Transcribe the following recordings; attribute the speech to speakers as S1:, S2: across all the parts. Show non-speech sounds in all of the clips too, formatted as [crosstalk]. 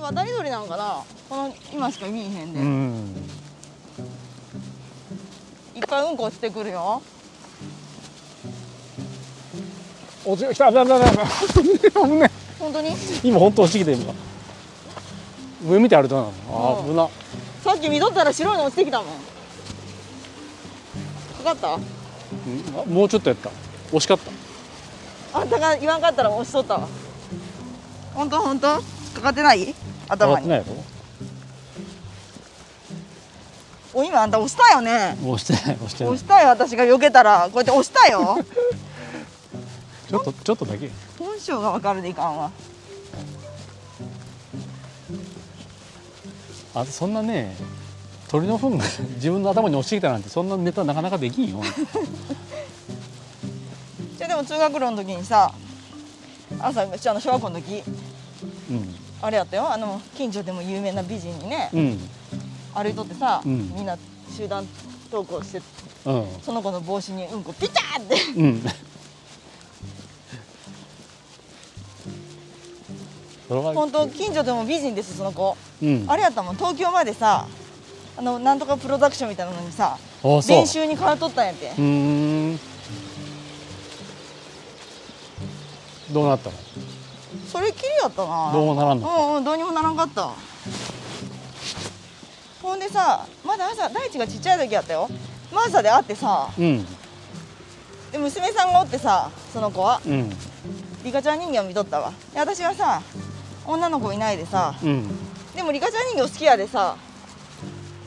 S1: 渡り鳥なんかなこの今しか見えへんで、
S2: う
S1: いっ
S2: ん
S1: ぱいうんこ落ちてくるよ
S2: 落ちてきた危ない危ない危ない危 [laughs] ない
S1: 本当に
S2: 今本当落ちてきて今上見て歩いたなあ危な
S1: さっき見とったら白いの落ちてきたもんかかっ
S2: うんあもうちょっとやった惜しかった
S1: たあんたが言わんかったら押しとったわ本当本当かかってない
S2: 上
S1: 頭
S2: がって
S1: に
S2: ないやろ
S1: お今あんた押したよね
S2: 押してない押してな
S1: 押
S2: い
S1: したよ私が避けたらこうやって押した [laughs] よ
S2: ちょっとちょっとだけ
S1: 本性がわかるでいかんわ
S2: あそんなね鳥の糞が自分の頭に落ちてきたなんてそんなネタなかなかできんよ
S1: じゃあでも通学路の時にさ朝あの小学校の時
S2: うん
S1: あれやったよあの近所でも有名な美人にね
S2: うん
S1: 歩いとってさ、
S2: うん
S1: みんな集団登校して
S2: うん
S1: その子の帽子にうんこピチャーって [laughs]
S2: うんそれは
S1: 本当近所でも美人ですその子
S2: うん
S1: あれやったもん東京までさあのなんとかプロダクションみたいなのにさ
S2: あそう
S1: 練習に通っとったんやって
S2: うーんどうなったの
S1: それっきりやったな
S2: どうもならんの
S1: うんうんどうにもならんかったほんでさまだ朝大地がちっちゃい時やったよマーサで会ってさ
S2: うん
S1: で娘さんがおってさその子は
S2: うん
S1: リカちゃん人形見とったわで私はさ女の子いないでさ
S2: うん
S1: でもリカちゃん人形好きやでさ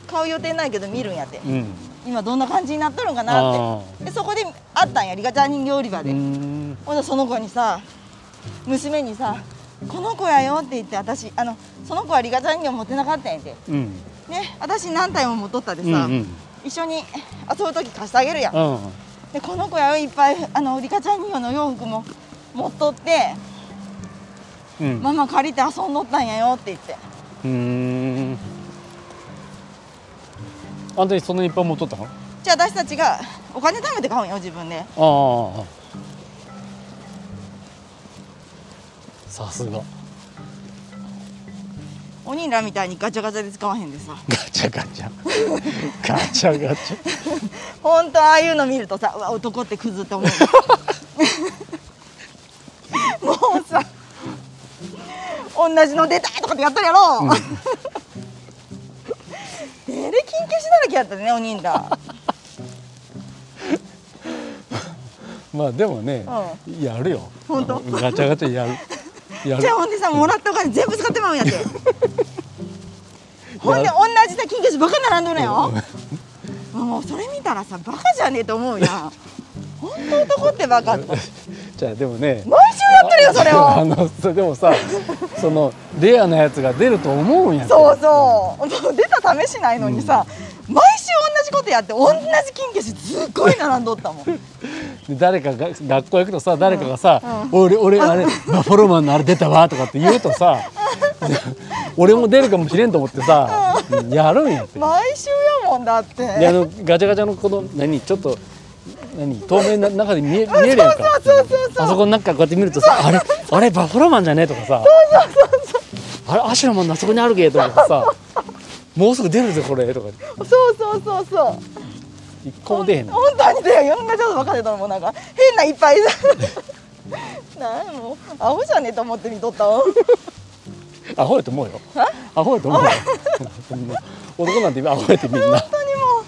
S1: 買う予定ないけど見るんやって
S2: うん
S1: 今どんな感じになっとるんかなっ
S2: あ
S1: てでそこで会ったんやリカちゃん人形売り場
S2: ーう
S1: で、
S2: ーん
S1: ほんでその子にさ娘にさ「この子やよ」って言って私あのその子はリカちゃん人形持ってなかったんやて
S2: うん
S1: ね私何体も持っとったで
S2: う
S1: さ、
S2: んうん
S1: 一緒に遊ぶ時貸してあげるやん
S2: うん
S1: でこの子やよいっぱいあのリカちゃん人形の洋服も持っとって
S2: うん
S1: ママ借りて遊んどったんやよって言って
S2: うーんあんたにそんなにいっぱい持っとったの
S1: じゃあ私たちがお金貯めて買うんよ自分で
S2: ああさすが
S1: お兄らみたいにガチャガチャで使わへんでさ
S2: ガチャガチャガチャガチャ
S1: ほんとああいうの見るとさうわ男ってクズって [laughs] 思うもうさ同じの出たとかってやっとるやろ、
S2: ん
S1: デレキン消しだらけやったねお兄 [laughs] ら
S2: まあでもね、やるよ
S1: 本当
S2: ガチャガチャやるやる
S1: じゃあほんでさもらったお金全部使ってまうんやってほんで同じさ金消しバカ並んどるやんもうそれ見たらさバカじゃねえと思うやん本当男ってバカって毎週
S2: じゃあでもね
S1: やってるよそれ
S2: [laughs] あ
S1: を
S2: のそれでもさそのレアなやつが出ると思うんやって
S1: そうそう出た試しないのにさ、毎週同じことやって同じ金消しすっごい並んどった
S2: [laughs]
S1: もん
S2: で誰かが学校行くとさ誰かがさ「
S1: う
S2: 俺俺あれバフォローマンのあれ出たわ」とかって言うと
S1: [laughs]
S2: さ俺も出るかもしれんと思ってさやるんやって。
S1: 毎週やもんだって
S2: であのガチャガチャのこの何ちょっと何透明な中で見え見えるやんか
S1: そうそうそう
S2: あそこの中からこうやって見るとさあれあれバフォローマンじゃねえとかさあれアシュラマンのあそこにあるけとかさもうすぐ出るぜこれとか
S1: そうそうそうそう
S2: 一個も出へんの
S1: 本当にだよ4がちょっと分かってたのもんなんか変ないっ
S2: [laughs]
S1: ぱいさなんもうアホじゃねえと思って見とったわ
S2: アホやと思うよアホや
S1: [laughs]
S2: と思うよそんな男なんてアホやってみんな
S1: 本当にもう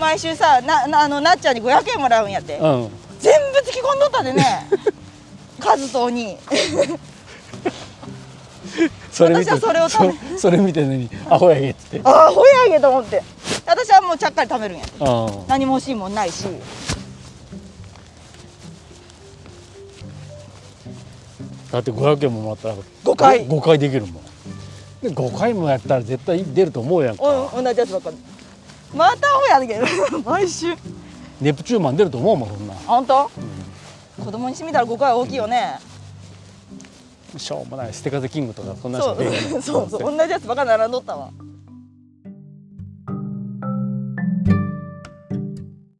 S1: 毎週さななあのなっちゃんに500円もらうんやって
S2: うん
S1: 全部突き込んどったでね
S2: [laughs]
S1: カズと鬼
S2: それ見
S1: 私は
S2: て
S1: それを食べ
S2: そそれ見てんのにアホやげっつってうん
S1: ああほやげと思って私はもうちゃっかり食べるんやって何も欲しいもんないし
S2: だって500円ももらったら
S1: 誤解
S2: 5回できるもんで5回もやったら絶対出ると思うやんか
S1: お同じやつばっかりまたアホやでけ
S2: [laughs]
S1: ど毎週
S2: ネプチューンマン出ると思うもんそんな
S1: 本当、子供にしてみたら5回は大きいよね、
S2: しょうもない捨て風キングとかそんなやつ
S1: そ
S2: が出る
S1: うそうそう同じやつばっかり並んどったわ